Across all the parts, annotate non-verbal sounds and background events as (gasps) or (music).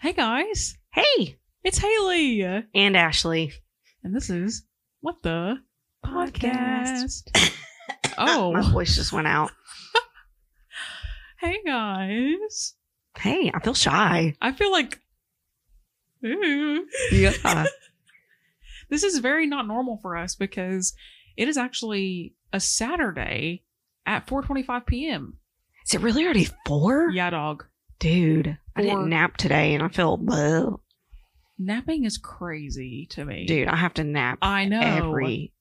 Hey guys, Hey, it's Haley, and and Ashley. this is what the podcast. Podcast. (coughs) My (coughs) oh, voice just went out. hey guys. Hey, I feel shy. I feel like ooh, Yeah. (laughs) this is very not normal for us because it is actually a Saturday at 4:25 p.m. Is it really already four? Yeah, dog. Dude, I Four. didn't nap today and I feel, bleh. Napping is crazy to me. dude, I have to nap I know. every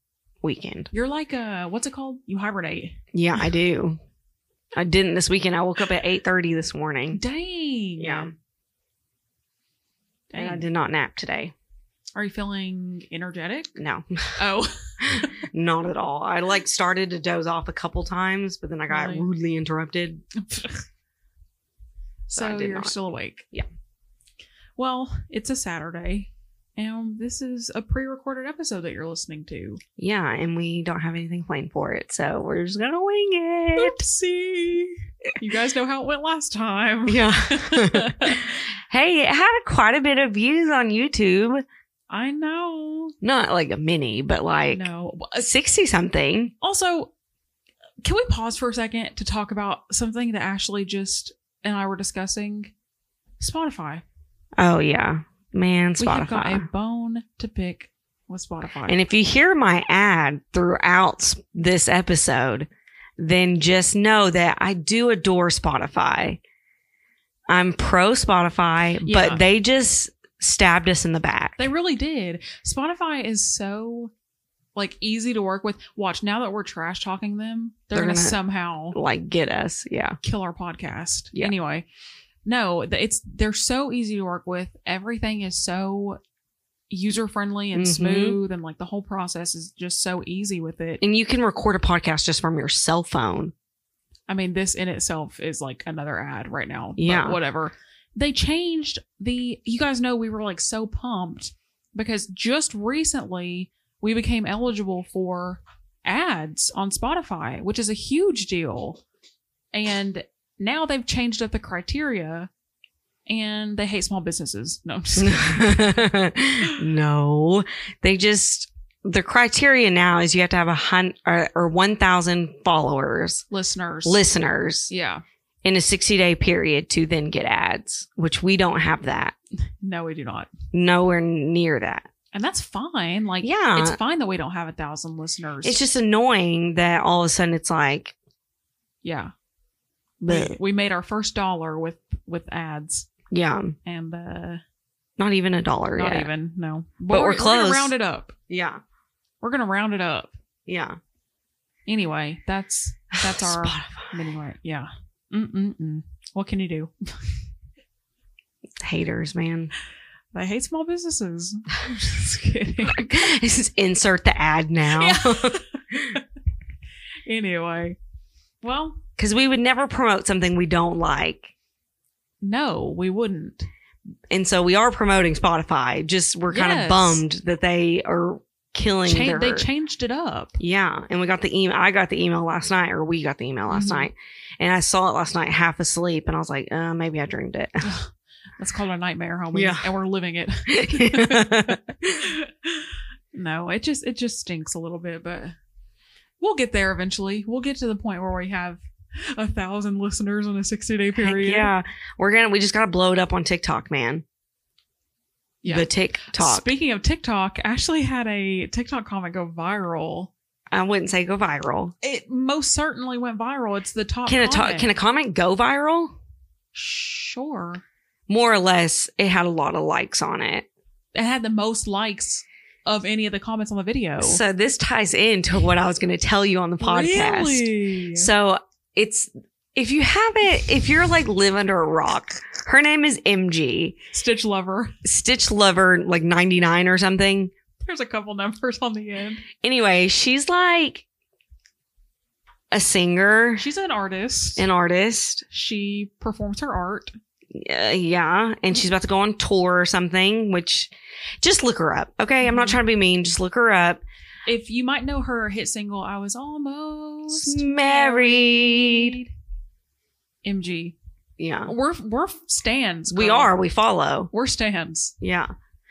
weekend. You're like a what's it called? You hibernate. Yeah, I do. I didn't this weekend. I woke up at 8.30 this morning Dang. Mm. Yeah. Yeah. and I did not nap today. Are you feeling energetic? No, (laughs) Oh. not at all. I like started to doze off a couple times, but then I got Really? rudely interrupted so I did you're not. still awake. Yeah. Well, it's a Saturday, and this is a pre-recorded episode that you're listening to. Yeah, and we don't have anything planned for it, so we're just gonna wing it. Oopsie! you guys know how it went last time. Yeah. (laughs) hey, it had quite a bit of views on YouTube. I know. Not like a mini, but like no. sixty something. Also, can we pause for a second to talk about something that Ashley just and I were discussing? Spotify. Oh yeah, man, We have got a Spotify. bone to pick with Spotify. And if you hear my ad throughout s- this episode, then just know that I do adore Spotify. I'm pro Spotify, Yeah. but they just stabbed us in the back. They really did. Spotify is so like easy to work with. Watch now that we're trash talking them, they're, They're gonna, gonna- somehow like get us, yeah. kill our podcast. Yeah. Anyway, no, th- it's they're so easy to work with. Everything is so user friendly and Mhm. smooth, and like the whole process is just so easy with it. and you can record a podcast just from your cell phone. I mean, this in itself is like another ad right now. but Yeah. whatever. They changed the. You guys know we were like so pumped because just recently we became eligible for ads on Spotify, which is a huge deal. And now they've changed up the criteria, and they hate small businesses. No, I'm just (laughs) kidding. no, they just the criteria now is you have to have a hundred or, or one thousand followers, listeners. listeners Yeah. in a sixty day period to then get ads, which we don't have that. No, we do not. Nowhere near that. And that's fine. Like, Yeah. it's fine that we don't have a thousand listeners. It's just annoying that all of a sudden it's like, yeah. bleh. we made our first dollar with with ads yeah, and uh not even a dollar not yet. even no but, we're gonna close. round it up Yeah, we're gonna round it up yeah. anyway (sighs) that's that's our Spotify mini rant yeah Mm-mm-mm. what can you do haters, man. (laughs) (laughs) i hate small businesses (laughs) I'm just kidding Just insert the ad now (laughs) anyway well because we would never promote something we don't like no we wouldn't and so we are promoting spotify just we're kind Yes. of bummed that they are killing Cha- their they changed it up yeah and we got the email i got the email last night or we got the email last Mhm. night and i saw it last night half asleep and i was like uh, maybe i (laughs) dreamed it that's called a nightmare homie Yeah. and we're living it (laughs) no, it just it just stinks a little bit, but we'll get there eventually. We'll get to the point where we have a thousand listeners in a sixty day Heck period. yeah we're gonna we just gotta blow it up on tiktok man Yeah. the tiktok Speaking of TikTok, Ashley had a TikTok comment go viral. i wouldn't say go viral It most certainly went viral. It's the top. can a, comment. to- can a comment go viral sure. more or less it had a lot of likes on it It had the most likes of any of the comments on the video. so this ties into what i was going to tell you on the podcast Really? so it's if you haven't if you're like live under a rock her name is mg Stitch lover. (laughs) stitch lover like 99 or something There's a couple numbers on the end. anyway she's like a singer She's an artist. an artist she performs her art. uh, yeah and she's about to go on tour or something which just look her up okay i'm not Mhm. trying to be mean just look her up If you might know her hit single, I Hmm. was almost married married. MG. Yeah. We're we're stands. We girl. are. We follow. We're stands. Yeah.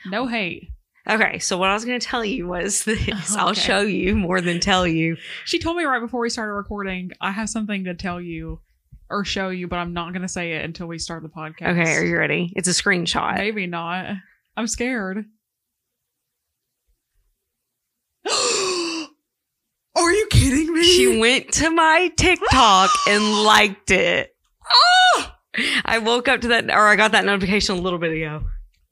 No hate. Okay. So what I was going to tell you was this. I'll Okay. show you more than tell you. She told me right before we started recording, I have something to tell you or show you, but I'm not going to say it until we start the podcast. Okay. Are you ready? It's a screenshot. Maybe not. I'm scared. (gasps) Are you kidding me? She went to my TikTok and liked it. Ah! I woke up to that, or I got that notification a little bit ago.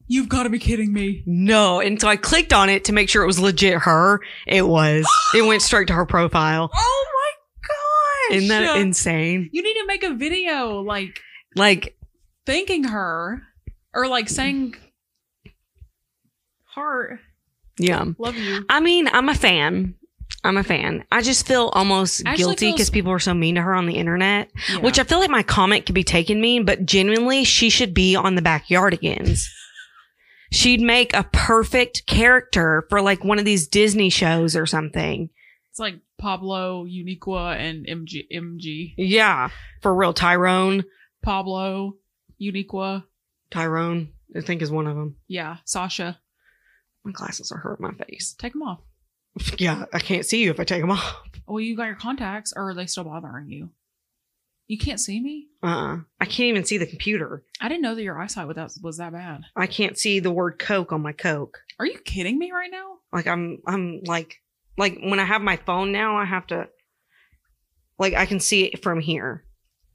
You've got to be kidding me. No. And so I clicked on it to make sure it was legit her. It was. it went straight to her profile. Oh my gosh. Isn't that insane? you need to make a video like Like, thanking her or like saying heart yeah. love you. I mean, I'm a fan. I'm a fan. I just feel almost Ashley guilty feels- because people are so mean to her on the internet, which I feel like my comment could be taken mean, but genuinely, she should be on the backyardigans. She'd make a perfect character for like one of these Disney shows or something. it's like Pablo, Uniqua, and MG MG. Yeah. For real. Tyrone. Pablo, Uniqua, Tyrone, I think, is one of them. yeah, Sasha. My glasses are hurting my face. Take them off. Yeah. I can't see you if I take them off. Well, you got your contacts, or are they still bothering you? You can't see me. Uh uh I can't even see the computer. I didn't know that your eyesight was that was that bad. I can't see the word Coke on my Coke. Are you kidding me right now? like i'm i'm like like when i have my phone now i have to like i can see it from here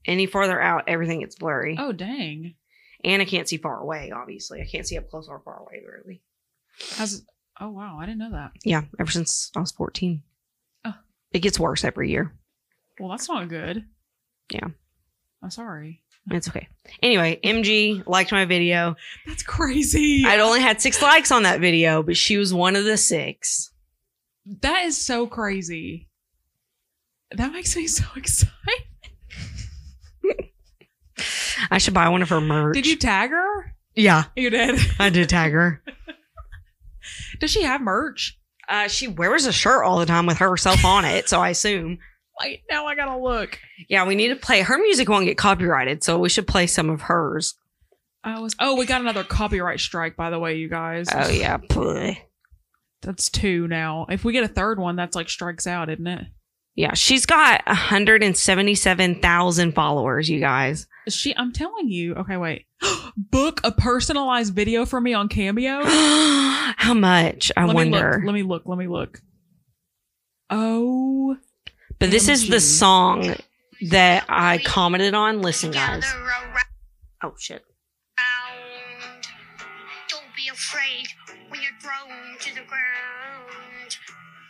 any farther out everything gets blurry Oh dang! and i can't see far away obviously i can't see up close or far away really Has oh wow, I didn't know that. yeah ever since i was 14 Oh. it gets worse every year Well, that's not good. Yeah. I'm sorry. it's okay anyway mg liked my video That's crazy. i'd only had six likes on that video but she was one of the six That is so crazy. That makes me so (laughs) excited. i should buy one of her merch Did you tag her? yeah You did. (laughs) i did tag her (laughs) Does she have merch? uh, she wears a shirt all the time with herself on it so i assume Wait, now I gotta look. Yeah, we need to play. Her music won't get copyrighted, so we should play some of hers. I was. Oh, we got another copyright strike, by the way, you guys. Oh yeah, Bleh. That's two now. If we get a third one, that's like strikes out, isn't it? (laughs) yeah. She's got hundred and seventy-seven thousand followers. You guys, (gasps) She, I'm telling you. Okay, wait. (gasps) Book a personalized video for me on Cameo. how much? (gasps) I Let me look, wonder. let me look. Let me look. Oh, but this is the OMG. song that I commented on. Listen, guys. Gather around. Oh shit. Don't be afraid when you're thrown to the ground.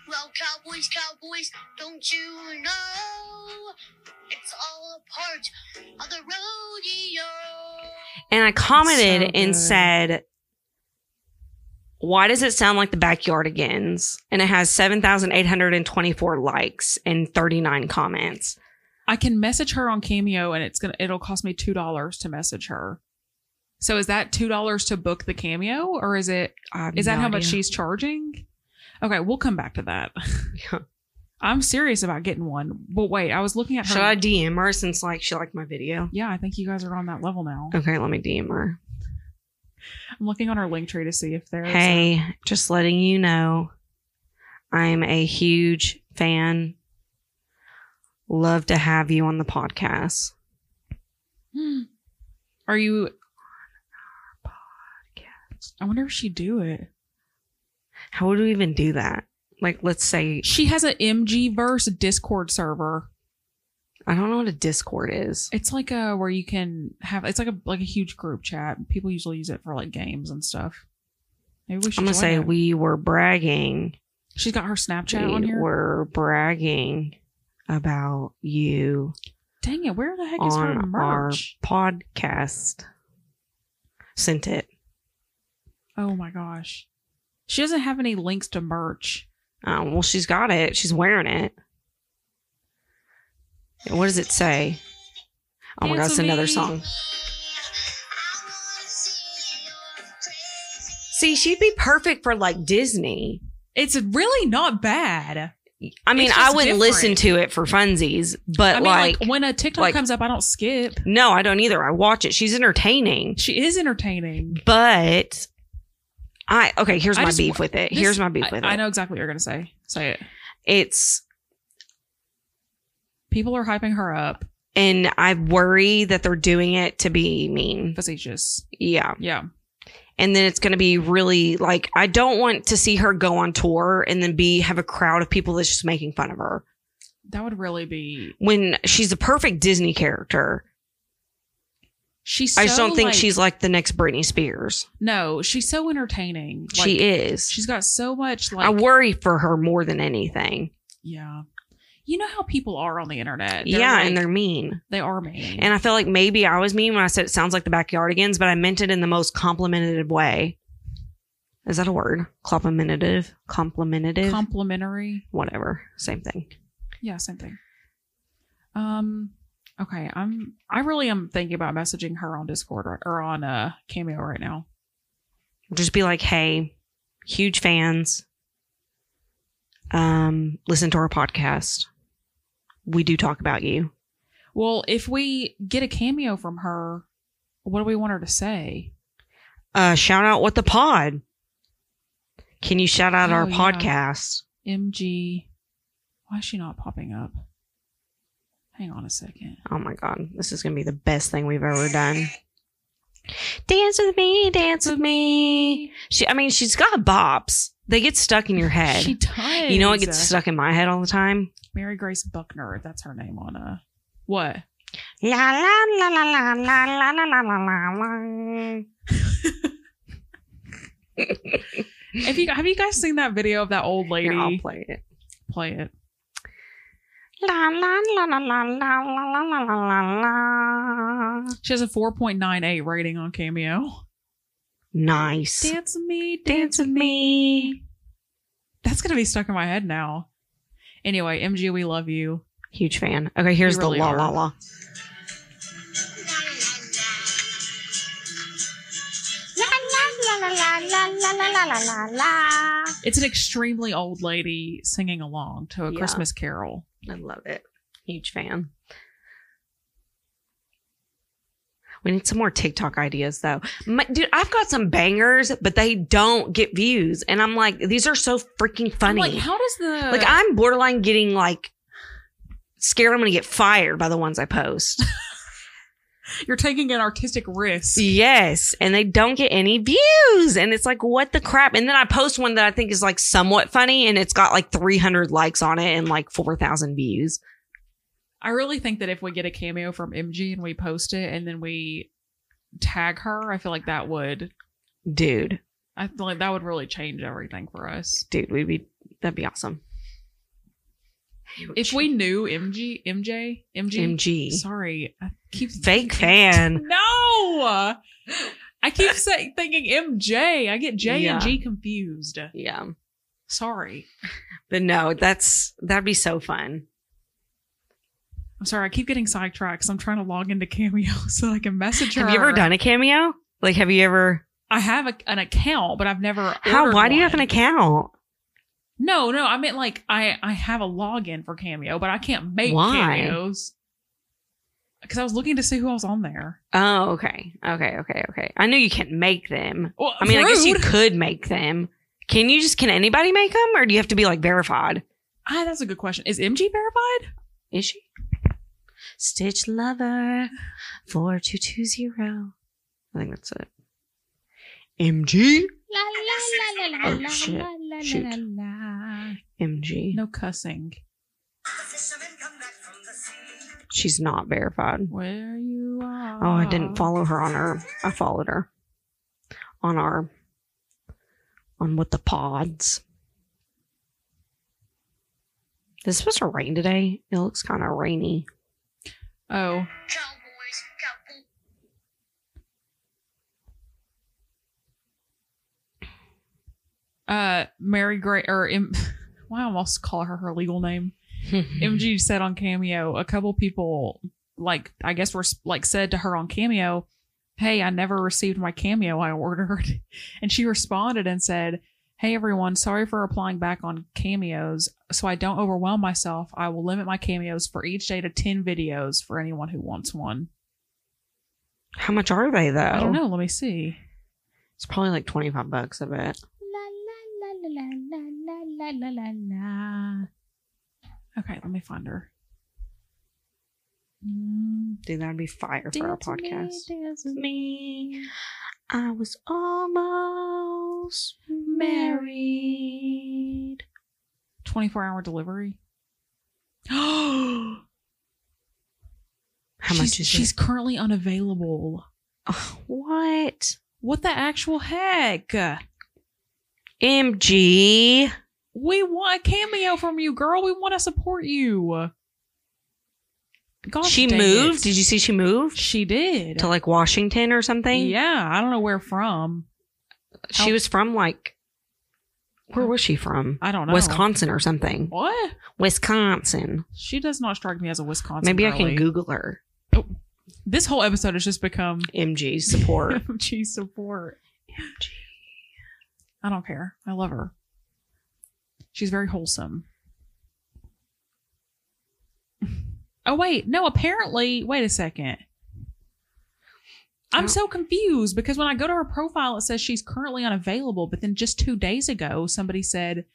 Well, cowboys, cowboys, don't you know? It's all a part of the rodeo. And I commented So and good. said, "Why does it sound like the Backyardigans?" And it has seven thousand eight hundred and twenty-four likes and thirty-nine comments. I can message her on Cameo, and it's gonna. It'll cost me two dollars to message her. So is that two dollars to book the Cameo, or is it I have Is that no how much idea. she's charging? Okay, we'll come back to that. (laughs) Yeah. I'm serious about getting one. But wait, I was looking at her. Should I DM her since like she liked my video? yeah, I think you guys are on that level now. Okay, let me DM her. I'm looking on her link tree to see if there's. Hey, just letting you know, I'm a huge fan. Love to have you on the podcast. Hmm. (gasps) Are (gasps) you. I wonder if she do it. How would we even do that? Like, let's say She has an MG verse Discord server. I don't know what a Discord is. It's like a where you can have it's like a like a huge group chat. People usually use it for like games and stuff. Maybe we should. I'm gonna join say it. we were bragging. She's got her Snapchat on we here. were bragging about you Dang it! Where the heck is her on our merch? podcast. Sent it. Oh my gosh. She doesn't have any links to merch. Um, well, she's got it. She's wearing it. What does it say? Oh my God, Dance it's with another me. song. I wanna see your crazy See, she'd be perfect for like Disney. It's really not bad. I mean, It's I just wouldn't listen different. to it for funsies, but I mean, like, like, when a TikTok like- comes up, I don't skip. no, I don't either. I watch it. She's entertaining, She is entertaining. but I okay. Here's I my just beef with it. This- here's my beef I- with it. I know exactly what you're gonna say. Say it. It's People are hyping her up. and I worry that they're doing it to be mean. Facetious. Yeah. Yeah. And then it's going to be really like, I don't want to see her go on tour and then be, have a crowd of people that's just making fun of her That would really be. when she's a perfect Disney character. She's. I just so, don't think like- she's like the next Britney Spears. No, she's so entertaining. she Like, is. She's got so much like. I worry for her more than anything. yeah. You know how people are on the internet. They're yeah. like- and they're mean. they are mean. And I feel like maybe I was mean when I said it sounds like the backyardigans, but I meant it in the most complimentative way. Is that a word? Complimentative? Complimentative? complimentary. Whatever. Same thing. Yeah, same thing. Um. Okay, I'm. I really am thinking about messaging her on Discord or, or on uh Cameo right now. Just be like, hey, huge fans. Um, listen to our podcast. We do talk about you. Well, if we get a cameo from her, what do we want her to say? Uh, shout out what the pod. Can you shout out our Oh, yeah. podcast? MG. Why is she not popping up? Hang on a second. Oh my god, this is gonna be the best thing we've ever done. (laughs) Dance with me, dance with me. She, I mean, she's got bops. They get stuck in your head. She does. you know what gets stuck in my head all the time? Mary Grace Buckner. That's her name on uh what? La la la la la la la la la la la. If you have you guys seen that video of that old lady? Here, I'll play it. play it. La la la la la la la la la la la. She has a 4.98 rating on Cameo. Nice. Dance with me, dance with me. That's gonna be stuck in my head now. Anyway, MG, we love you. Huge fan. Okay, here's You the really la are. la la. It's an extremely old lady singing along to a Yeah. Christmas carol. I love it. Huge fan. We need some more TikTok ideas though. My, dude, I've got some bangers, but they don't get views. And I'm like, these are so freaking I'm funny. like, how does the like I'm borderline getting like scared I'm gonna get fired by the ones I post. you're taking an artistic risk? yes. And they don't get any views. And it's like, what the crap? And then I post one that I think is like somewhat funny and it's got like 300 likes on it and like 4,000 views. I really think that if we get a cameo from MG and we post it and then we tag her, I feel like that would Dude, I feel like that would really change everything for us. dude, we'd be, that'd be awesome. If we knew MG, MJ, MG, MG. sorry, I keep Fake fan. (laughs) No, I keep (laughs) say, thinking MJ. I get J Yeah. and G confused. Yeah. Sorry, But no, that's that'd be so fun. I'm sorry. I keep getting sidetracked. 'cause I'm trying to log into (laughs) Cameo so I can message her. Have you ever done a cameo? Like have you ever I have a, an account, but I've never. how ordered why do you have one. an account? No, no, I meant like I I have a login for Cameo, but I can't make Why? cameos. Because I was looking to see who else on there. Oh, okay. Okay, okay, okay. I knew you can't make them. Well, I mean, I guess you rude. could make them. Can you just can anybody make them or do you have to be like verified? Ah, that's a good question. Is MG verified? Is she? Stitch Lover 4220. I think that's it. MG? Oh, shit. Shoot. MG. No cussing. She's not verified. Where you are? Oh, I didn't follow her on her. I followed her on our on what the pods. This supposed to rain today. It looks kind (laughs) of rainy. Oh, Cowboys, cowboys. uh, Mary Gray or M- (laughs) Why I almost call her her legal name. MG said on Cameo, a couple people like I guess were like said to her on (laughs) Cameo, "Hey, I never received my Cameo I ordered," and she responded and said, Hey everyone, sorry for replying back on cameos. So I don't overwhelm myself, I will limit my cameos for each day to 10 videos for anyone who wants one. How much are they though? I don't know, let me see. It's probably like twenty five bucks. I bet. La la la la la la la la la la. Okay, let me find her. Mm, Dude, that'd be fire for our dance with me, podcast. dance with me. I was almost married. 24 hour delivery. (gasps) How How much is she's it? currently unavailable. Ugh, what? What the actual heck? MG. We want a cameo from you, girl. We want to support you. Gosh she Oh, dang moved. it. Did you see she moved She did. to like Washington or something? yeah, I don't know where from. She was from like, where was she from? I don't know. Wisconsin or something. What? Wisconsin. She does not strike me as a Wisconsin. Maybe I girly. can Google her. This whole episode has just become MG support. MG support. I don't care. I love her. She's very wholesome. Oh wait, no. Apparently, wait a second. I'm Oh. so confused because when I go to her profile, it says she's currently unavailable. But then just two days ago, somebody said,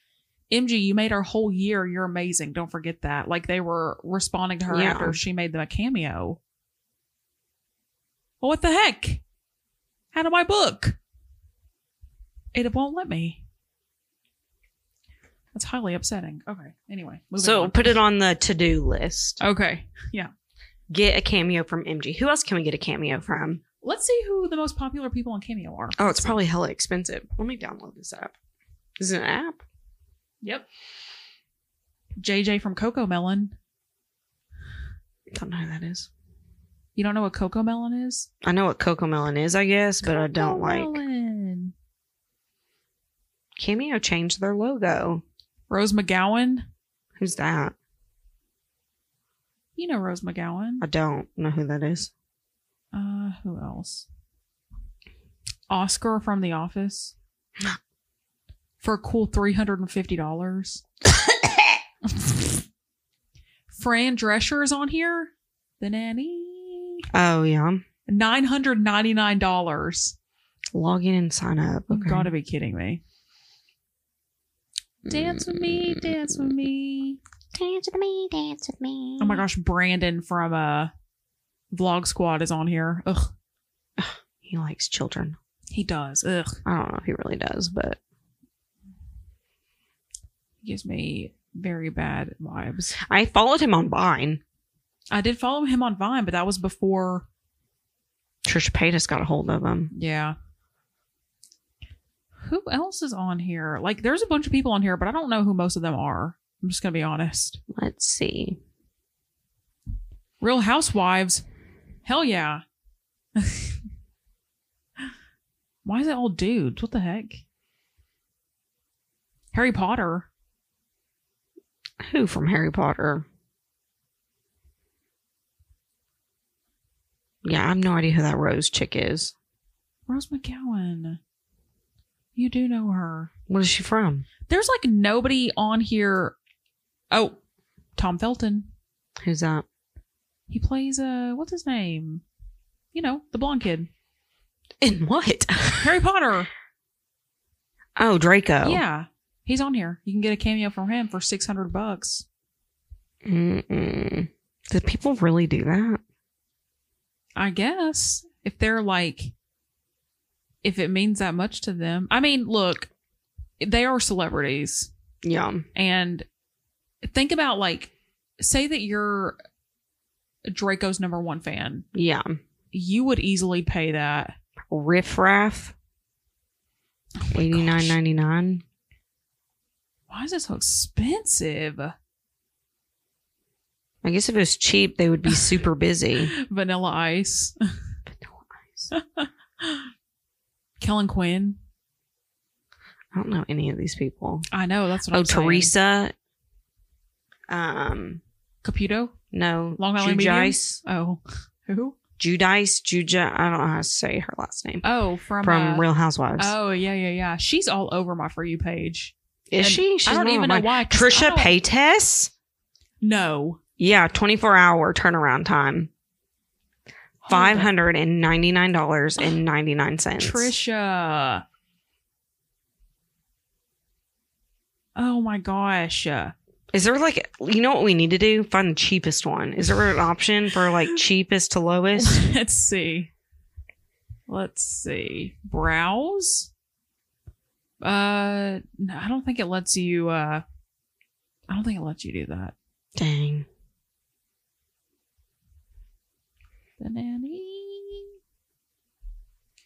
"MG, you made our whole year. You're amazing. Don't forget that." Like they were responding to her Yeah. after she made them a cameo. Well, what the heck? How do I book? It won't let me. That's highly upsetting. Okay. Anyway, (laughs) moving so on. put it on the to do list. okay, Get a cameo from MG. Who else can we get a cameo from? let's see who the most popular people on Cameo are. Oh, it's probably hella expensive. Let me download this app. This is an app. Yep. JJ from Coco Melon. Don't know who that is. You don't know what Coco Melon is? I know what Coco Melon is, I guess, but I don't like. Melon. Cameo changed their logo. Rose McGowan. Who's that? You know Rose McGowan. I don't know who that is. Uh, who else? Oscar from The (gasps) Office. For a cool three hundred and fifty dollars. Fran Drescher is on here. The nanny. Oh yeah, Nine hundred ninety nine dollars. log in and sign up. You gotta be kidding me. Dance with me, dance with me. Dance with me, dance with me. Oh my gosh, Brandon from uh Vlog Squad is on here. Ugh, He likes children. he does. Ugh, I don't know if he really does, but he gives me very bad vibes. I followed him on Vine. I did follow him on Vine, but that was before. Trisha Paytas got a hold of him. Yeah. Who else is on here? Like, there's a bunch of people on here, but I don't know who most of them are. I'm just gonna be honest. Let's see. Real Housewives. Hell yeah. (laughs) Why is it all dudes? What the heck? Harry Potter. Who from Harry Potter? Yeah, I have no idea who that Rose chick is. Rose McGowan. You do know her. What is she from? There's like nobody on here. Oh, Tom Felton. Who's that? He plays uh what's his name? You know, the blonde kid. (laughs) In what? Harry Potter. oh, Draco. Yeah. He's on here. You can get a cameo from him for 600 bucks. Mm-mm. Do people really do that? I guess if they're like, if it means that much to them. I mean, look, they are celebrities, Yeah. and think about like, say that you're Draco's number one fan, Yeah. you would easily pay that. Oh Riff Raff. my Eighty nine gosh. ninety nine. Why is it so expensive? I guess if it was cheap, they (laughs) would be super busy. Vanilla Ice, Kellen Quinn. I don't know any of these people. I know that's what Oh, I'm saying. Teresa. Um, Caputo, no. Long Island Medium? Jujice. Oh, (laughs) who? Judice, Juja. I don't know how to say her last name Oh, from from uh, Real Housewives. Oh yeah, yeah, yeah. She's all over my for you page. Is and she? She's I don't one of even know mine. why. Oh. 'cause I Trisha don't- Paytas. No. Yeah, 24 hour turnaround time. Five Hold on. hundred and ninety nine dollars and ninety nine cents. Trisha. Oh my gosh. Is there like you know what we need to do? Find the cheapest one. Is there an option (gasps) for like cheapest (laughs) to (laughs) lowest? Let's see. Let's see. Browse? Uh no, I don't think it lets you uh I don't think it lets you do that. Dang. The nanny.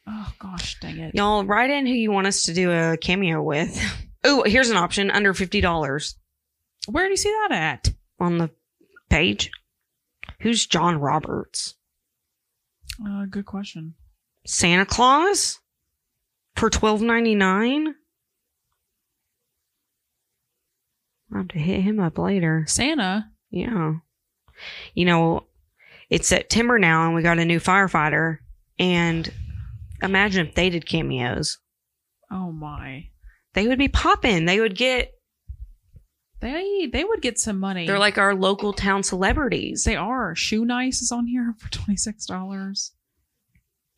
Oh gosh, dang it. Y'all write in who you want us to do a cameo with. Oh, here's an option under fifty dollars Where do you see that at? on the page. Who's John Roberts? Uh good question. Santa Claus? For twelve ninety nine? I'll have to hit him up later. Santa. Yeah. You know, it's September now and we got a new firefighter. And imagine if they did cameos. Oh my. They would be popping. They would get, They they would get some money. they're like our local town celebrities. they are. Shoe Nice is on here for twenty six dollars.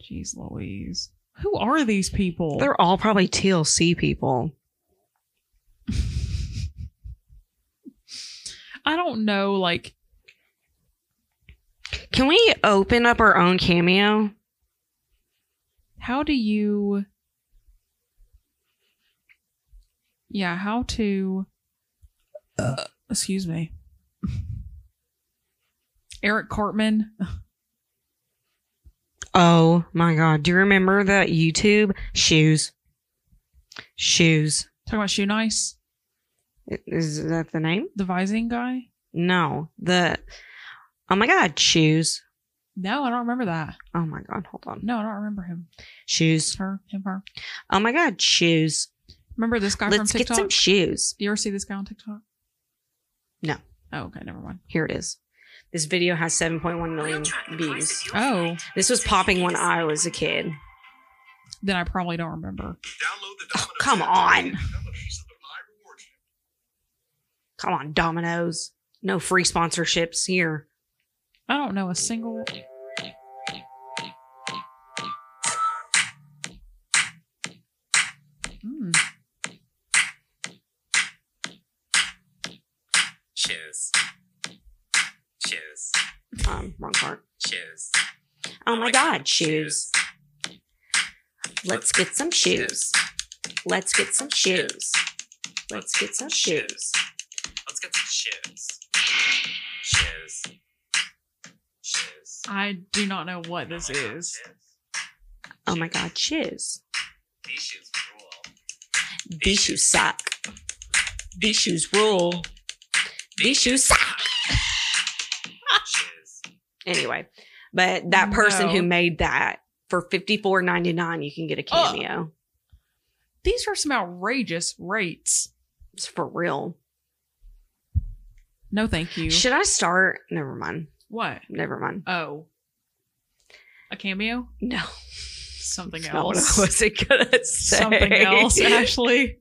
Jeez Louise. Who are these people? They're all probably TLC people. I don't know, like Can we open up our own cameo? how do you Yeah, how to uh, excuse me. Eric Cartman. Oh my God. Do you remember that YouTube? Shoes. Shoes. Talking about Shoe Nice, I- Is that the name? the Visine guy? No. The, oh my God, shoes. No, I don't remember that. Oh my God, hold on. No, I don't remember him. Shoes. It's her, him, her. Oh my God, shoes. Remember this guy Let's from get TikTok? some shoes. Do you ever see this guy on TikTok? No. Oh, okay, never mind. Here it is. This video has 7.1 million views. Oh, This was popping when I was a kid. then I probably don't remember. Download the Oh, Domino's come app on. and become a piece of the pie rewards app. Come on, Domino's. No free sponsorships here. I don't know a single. Hmm. Shoes. Shoes. Um, wrong part. Shoes. Oh my God, shoes. Let's get some shoes. Let's get some shoes. Let's get some shoes. Let's get some shoes. Shoes. Shoes. I do not know what this Oh my God, is. shoes. Oh my God, shoes. These shoes rule. These shoes suck. These shoes rule. These shoes suck. Shoes. anyway but that person who No. made that for fifty four ninety nine, you can get a Ugh. cameo These are some outrageous rates. it's for real No, thank you. should i start never mind What? never mind Oh, a (laughs) cameo? no Something that's not what else. i was gonna say Something (laughs) else, Ashley.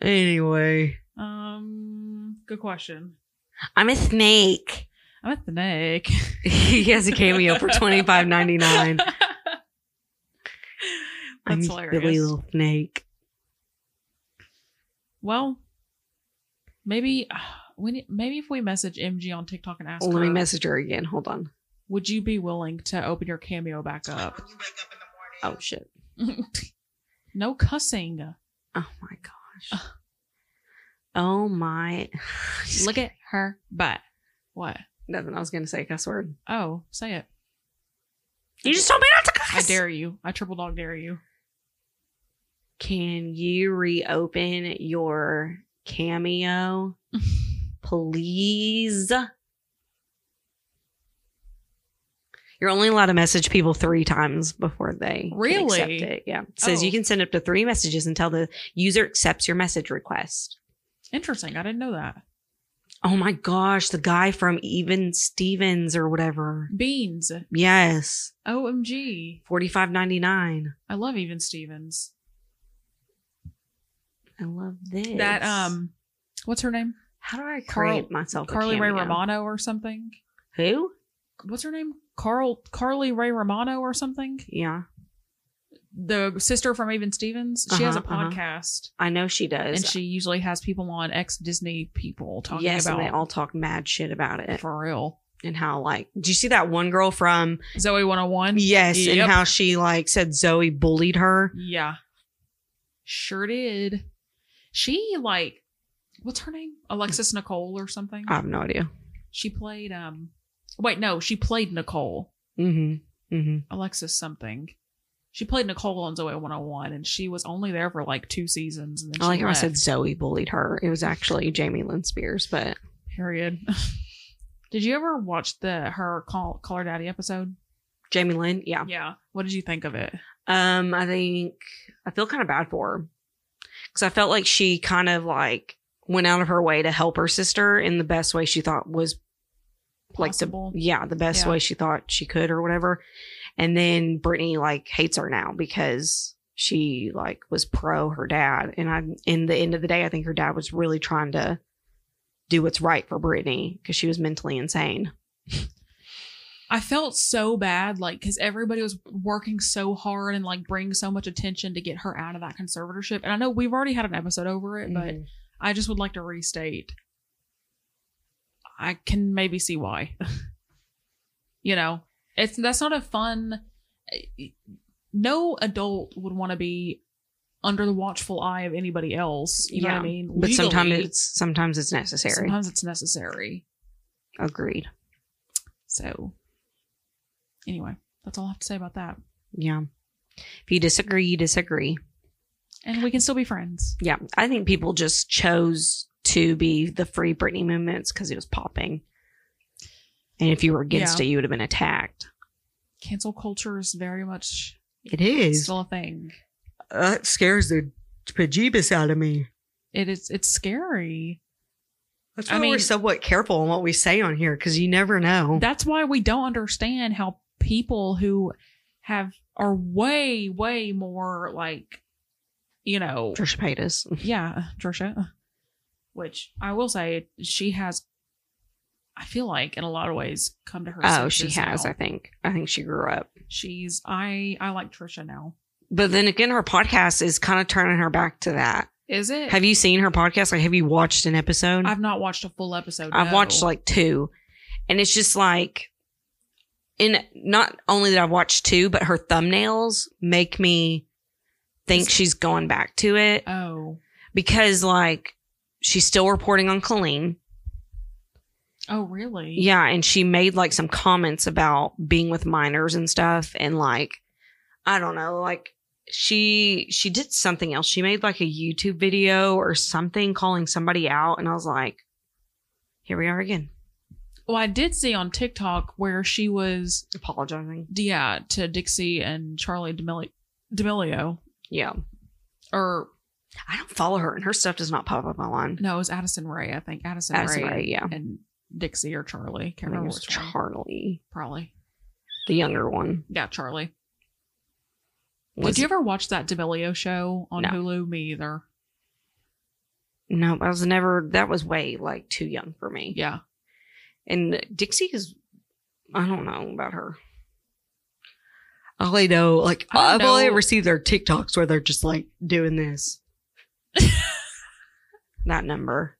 anyway Um, good question. i'm a snake I'm at the neck. he has a cameo for twenty five ninety (laughs) (laughs) nine. That's I'm hilarious. Billy Little Snake. Well, maybe we need, maybe if we message MG on TikTok and ask Let me her, message her again. Hold on. would you be willing to open your cameo back Like (laughs) up? when you wake up in the morning, Oh shit. no cussing. Oh my gosh. Oh my. (sighs) Look at her butt. What? Nothing. I was gonna say a cuss word. Oh, say it. You just told me not to cuss. I dare you. I triple dog dare you. Can you reopen your (laughs) cameo, please? You're only allowed to message people three times before they can Really? accept it. Yeah, It says you Oh. can send up to three messages until the user accepts your message request. Interesting. I didn't know that. Oh my gosh, the guy from Even Stevens or whatever. Beans. Yes, OMG. forty five ninety nine. I love Even Stevens. I love this. That um what's her name? how do I Carl- create myself? a Carly Ray cameo? Romano or something. Who? What's her name? Carl Carly Ray Romano or something. Yeah, The sister from Even Stevens. She has a Uh-huh, uh-huh. podcast I know she does. and she usually has people on ex Disney people talking yes, about and they all talk mad shit about it for real. and how like. Do you see that one girl from Zoe 101. Yes, Yep. and how she like said Zoe bullied her. Yeah. Sure did. She like what's her name? Alexis Nicole or something. I have no idea. she played um wait, no, she played Nicole. Mm-hmm. Mm-hmm. Alexis something. She played Nicole on Zoe 101 and she was only there for like two seasons and then I she like how I left. said Zoe bullied her. It was actually Jamie Lynn Spears, but period. (laughs) did you ever watch the her call call her daddy episode? Jamie Lynn, yeah. Yeah. What did you think of it? Um, I think I feel kind of bad for her because I felt like she kind of like went out of her way to help her sister in the best way she thought was Possible. like the yeah the best Yeah. way she thought she could or whatever. And then Brittany like hates her now because she like was pro her dad, and I in the end of the day I think her dad was really trying to do what's right for Brittany because she was mentally insane. I felt so bad, like, because everybody was working so hard and like bringing so much attention to get her out of that conservatorship. And I know we've already had an episode over it, but I just would like to restate. I can maybe see why. (laughs) you know, it's that's not a fun. No adult would want to be under the watchful eye of anybody else. You know what I Yeah, mean? but sometimes Legally, it's sometimes it's necessary. sometimes it's necessary. Agreed. So, anyway, that's all I have to say about that. Yeah. If you disagree, you disagree. and we can still be friends. Yeah. I think people just chose to be the free Britney movements because it was popping. And if you were against Yeah. it, you would have been attacked. Cancel culture is very much It is. still a thing. That scares the bejeebus out of me. It is. It's scary. That's I mean- somewhat careful on what we say on here because you never know. That's why we don't understand how people who have are way, way more like, you (laughs) know, Trisha Paytas. yeah, Trisha. Which I will say, she has. I feel like in a lot of ways come to her. Oh, she senses has, now. I think. I think she grew up. She's. I. I like Trisha now. But then again, her podcast is kind of turning her back to that. Is it? Have you seen her podcast? Like, have you watched an episode? I've not watched a full episode. I've no. watched like two, and it's just like, in not only that I've watched two, but her thumbnails make me think she's going back to it Oh. because like she's still reporting on Colleen, Oh, really? yeah, and she made like some comments about being with minors and stuff, and like I don't know, like she she did something else. She made like a YouTube video or something calling somebody out, and I was like, here we are again, Well, I did see on TikTok where she was, apologizing. yeah, to Dixie and Charlie D'Amelio, D'Amelio Yeah. or I don't follow her, and her stuff does not pop up on mine. no, it was Addison Ray, I think. Addison, Addison Ray, Ray, yeah. and Dixie or Charlie. Can't I think it remember was which one. Charlie, Probably. the younger one. Yeah, Charlie. Was did you ever watch that D'Amelio show on No. Hulu? Me either. No, I was never. That was way like too young for me. Yeah. And Dixie is, I don't know about her. All I know, like I don't I've only know. ever seen their TikToks where they're just like doing this. (laughs) that number,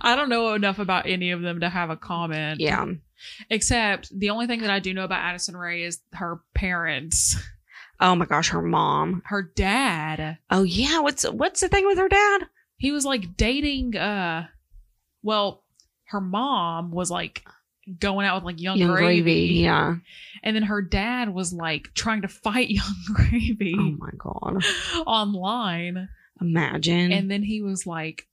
I don't know enough about any of them to have a comment. yeah. Except the only thing that I do know about Addison Ray is her parents, Oh my gosh, her mom. her dad. Oh yeah, what's what's the thing with her dad? he was like dating uh well her mom was like going out with like young, gravy, yeah. and then her dad was like trying to fight (laughs) young gravy Oh my god, online imagine. and then he was like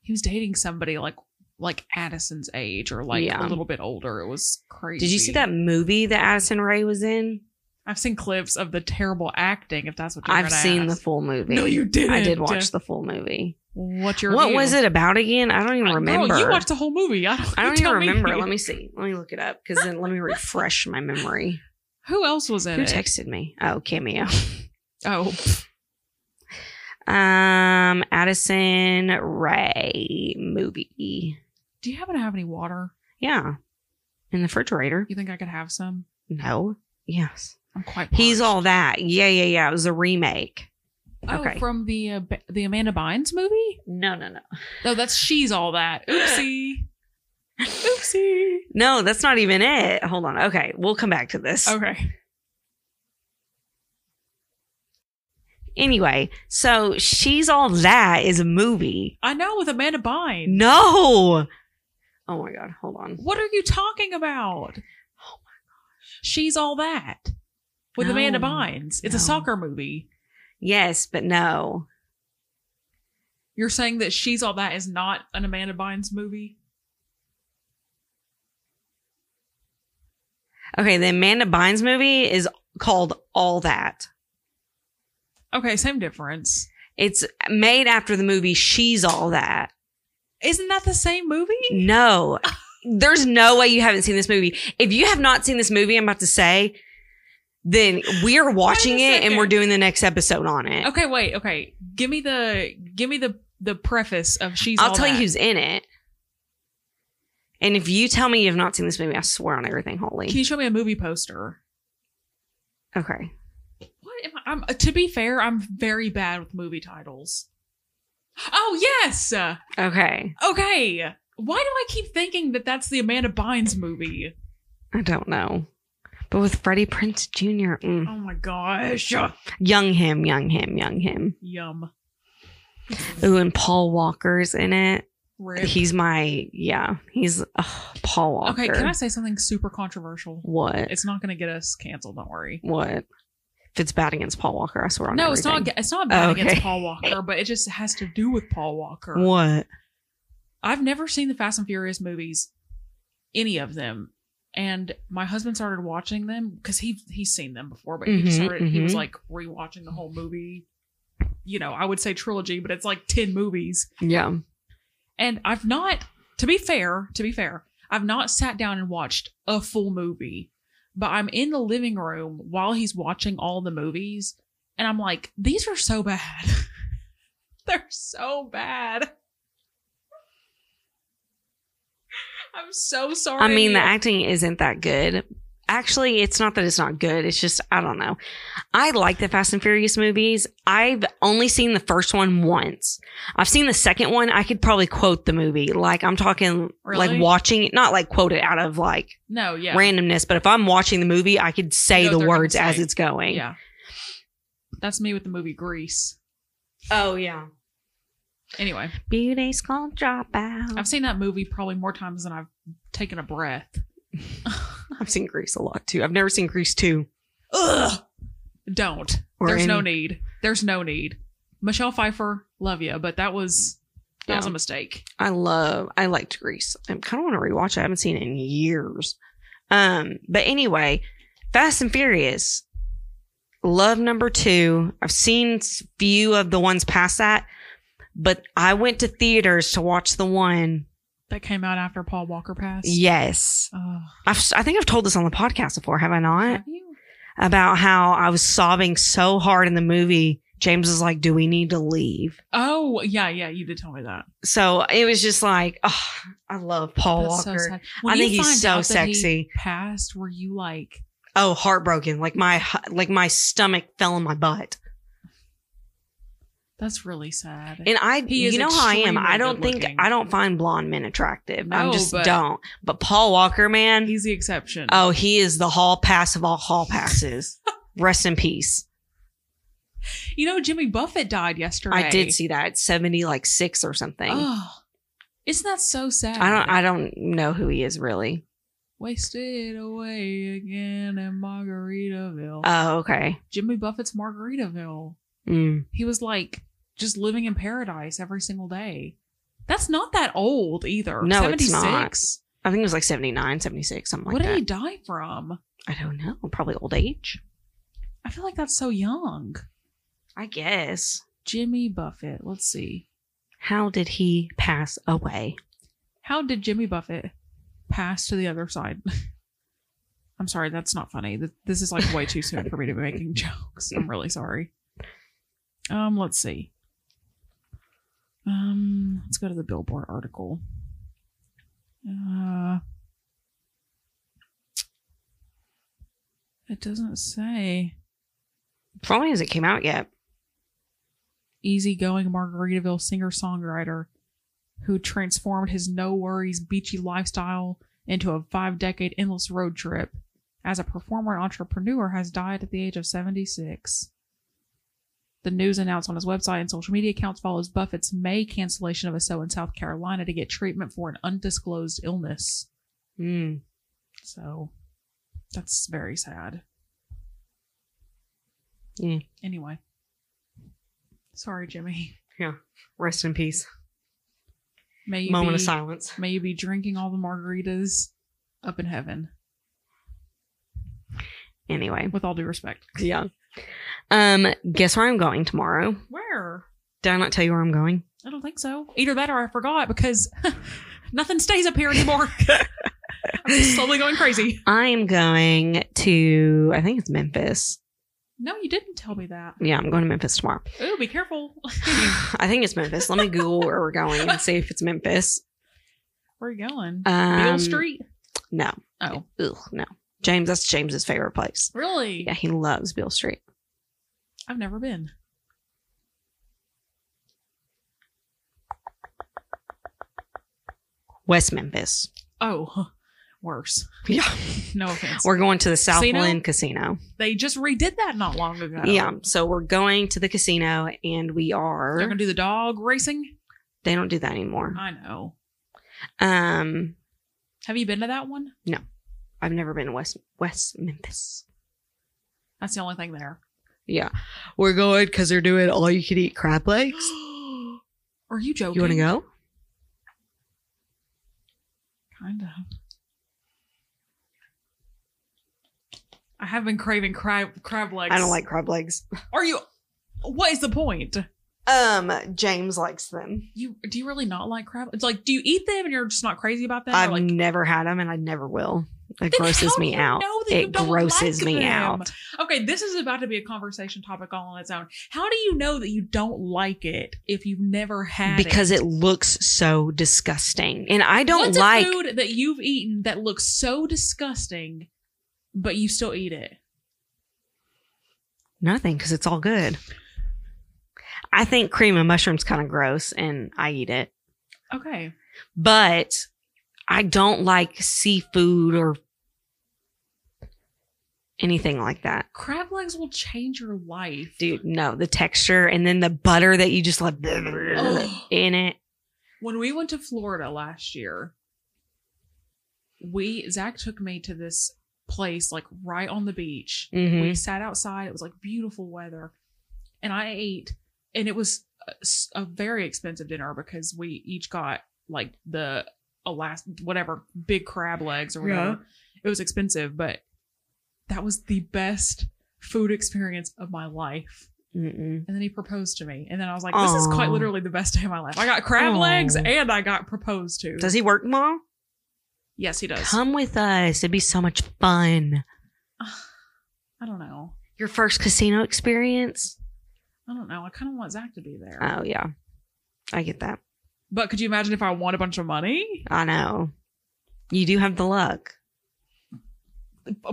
he was dating somebody like like addison's age or like Yeah. a little bit older it was crazy Did you see that movie that Addison Ray was in? i've seen clips of the terrible acting if that's what you're I've gonna seen the ask. full movie. no you didn't I did watch the full movie. What your What view. was it about again? I don't even Uh, remember. Girl, you watched the whole movie. I don't, I don't (laughs) you even tell me. remember. Let me see. Let me look it up because then let me refresh my memory. Who else was in Who it? texted me? Oh, Cameo. oh, Um, Addison Ray movie. do you happen to have any water? Yeah. In the refrigerator. You think I could have some? No. Yes. I'm quite. He's parched. all that. Yeah, yeah, yeah. It was a remake. Oh, okay. from the uh, Ba- the Amanda Bynes movie. No, no, no. No, that's she's all (gasps) that. Oopsie. Oopsie. No, that's not even it. Hold on. Okay. We'll come back to this. Okay. Anyway, so She's All That is a movie. I know with Amanda Bynes. No. Oh my God. Hold on. What are you talking about? Oh my gosh. She's all that with No. Amanda Bynes. It's No. a soccer movie. Yes, but no. You're saying that she's all that is not an Amanda Bynes movie? Okay. The Amanda Bynes movie is called All That. Okay, same difference. It's made after the movie She's All That. Isn't that the same movie? No. There's no way you haven't seen this movie. If you have not seen this movie, I'm about to say, then we are watching it and second. we're doing the next episode on (laughs) it. Okay, wait. Okay, give me the give me the the preface of she's. I'll All tell you That. who's in it. And if you tell me you have not seen this movie, I swear on everything holy. Can you show me a movie poster? okay. What am I? I'm, uh, to be fair, I'm very bad with movie titles. Oh yes. Okay. Okay. Why do I keep thinking that that's the Amanda Bynes movie? I don't know. But with Freddie Prince Jr., mm. Oh my gosh. young him, young him, young him. Yum. Ooh, and Paul Walker's in it. Rip. He's my, yeah, he's ugh, Paul Walker. Okay, can I say something super controversial? What? It's not going to get us canceled. Don't worry. What? If it's bad against Paul Walker, I swear on No, it's not. everything. It's not bad Okay. against Paul Walker, but it just has to do with Paul Walker. What? I've never seen the Fast and Furious movies, any of them. And my husband started watching them because he he's seen them before, but he Mhm, started he was mhm. like rewatching the whole movie. You know, I would say trilogy, but it's like ten movies. Yeah. And I've not, to be fair, to be fair, I've not sat down and watched a full movie, but I'm in the living room while he's watching all the movies. And I'm like, these are so bad. (laughs) They're so bad. (laughs) I'm so sorry. I mean, the acting isn't that good. Actually, it's not that it's not good. It's just, I don't know. I like the Fast and Furious movies. I've only seen the first one once. I've seen the second one. I could probably quote the movie. Like, I'm talking, Really? like, watching it, not like quote it out of like no, yeah, randomness, but if I'm watching the movie, I could say You know what the they're gonna words as say. it's going. yeah. That's me with the movie Grease. Oh, yeah. Anyway, Beauty's called Dropout. I've seen that movie probably more times than I've taken a breath. I've seen Grease a lot too. I've never seen Grease 2. Ugh. Don't. Or There's no any- need. There's no need. Michelle Pfeiffer, love you, but that was that was Yeah. a mistake. I love, I liked Grease. I kind of want to rewatch it. I haven't seen it in years. Um, but anyway, Fast and Furious, love number two. I've seen s- few of the ones past that, but I went to theaters to watch the one. That came out after Paul Walker passed. Yes, Ugh. I've, si think I've told this on the podcast before, have I not? Have you? About how I was sobbing so hard in the movie. James was like, "Do we need to leave?" Oh yeah, yeah. You did tell me that. So it was just like, oh, I love Paul That's so Walker. sad. When I you think he's find so out that he sexy. passed. Were you like? Oh, heartbroken. Like my like my stomach fell in my butt. That's really sad. And I He is you know how I am. extremely I don't think good-looking. I don't find blonde men attractive. I No, just but- don't. But Paul Walker, man, he's the exception. oh, he is the hall pass of all hall (laughs) passes. Rest in peace. you know, Jimmy Buffett died yesterday. I did see that at 70 like 6 or something. Oh, isn't that so sad? I don't I don't know who he is really. wasted away again in Margaritaville. Oh, okay. Jimmy Buffett's Margaritaville. Mm. he was like just living in paradise every single day. That's not that old either. No, it's not. I think it was like 79, 76, something like what that. did he die from? I don't know. Probably old age. I feel like that's so young. I guess. Jimmy Buffett. Let's see. How did he pass away? How did Jimmy Buffett pass to the other side? (laughs) I'm sorry, that's not funny. Th- This is like way too soon for me to be making (laughs) jokes. I'm really sorry. Um, let's see. Um, let's go to the Billboard article. Uh, it doesn't say Probably hasn't came out yet. easygoing Margaritaville singer songwriter who transformed his no worries beachy lifestyle into a five decade endless road trip as a performer and entrepreneur has died at the age of 76. The news announced on his website and social media accounts follows Buffett's May cancellation of a show in South Carolina to get treatment for an undisclosed illness. Mm. So that's very sad. Yeah. Anyway. Sorry, Jimmy. Rest in peace. May you Moment be- of silence. May you be drinking all the margaritas up in heaven. Anyway. With all due respect. Yeah. Um, guess where I'm going tomorrow? Where? Did I not tell you where I'm going? I don't think so. Either that or I forgot because (laughs) nothing stays up here (laughs) anymore. (laughs) I'm just slowly going crazy. I am going to I think it's Memphis. No, you didn't tell me that. Yeah, I'm going to Memphis tomorrow. (sighs) Ooh, be careful. (laughs) I think it's Memphis. Let me Google where we're going and see if it's Memphis. Where are you going? Um, Beale Street? No. Oh, Ugh, no. James, that's James's favorite place. really? Yeah, he loves Bill Street. I've never been. West Memphis. Oh, (laughs) worse. Yeah. (laughs) No offense. We're going to the Casino? Oh. Southland Casino. they just redid that not long ago. Yeah. So we're going to the casino and we They're are going to do the dog racing? they don't do that anymore. I know. Um Have you been to that one? I've never been to West West Memphis. That's the only thing there. Yeah. We're going because they're doing all you can eat (gasps) crab legs. Are you joking? You want to go? Kind of. I have been craving crab crab legs. I don't like crab legs. Are you? What is the point? Um, James likes them. You do you really not like crab? It's like do you eat them and you're just not crazy about them? I've Or like never had them and I never will. It Then Um, grosses how do me you out. know that you It don't grosses like me them? out. Okay, this is about to be a conversation topic all on its own. How do you know that you don't like it if you've never had it? Because it looks so disgusting. And I don't What's like a food that you've eaten that looks so disgusting, but you still eat it. nothing because it's all good. I think cream and mushrooms kind of gross and I eat it. Okay, But I don't like seafood or anything like that. crab legs will change your life, dude no the texture and then the butter that you just like in it (gasps) when we went to Florida last year, we Zach took me to this place like right on the beach. hmm We sat outside. It was like beautiful weather, and I ate, and it was a, s- a very expensive dinner because we each got like the alas whatever big crab legs or whatever. It was expensive, but that was the best food experience of my life. Mm-mm. And then he proposed to me. And then I was like, this is quite Aw. literally the best day of my life. I got crab Aw. legs and I got proposed to. does he work tomorrow yes, he does. come with us it'd be so much fun (sighs) I don't know. your first casino experience I don't know. I kind of want Zach to be there. oh yeah i get that but could you imagine if I won a bunch of money? i know you do have the luck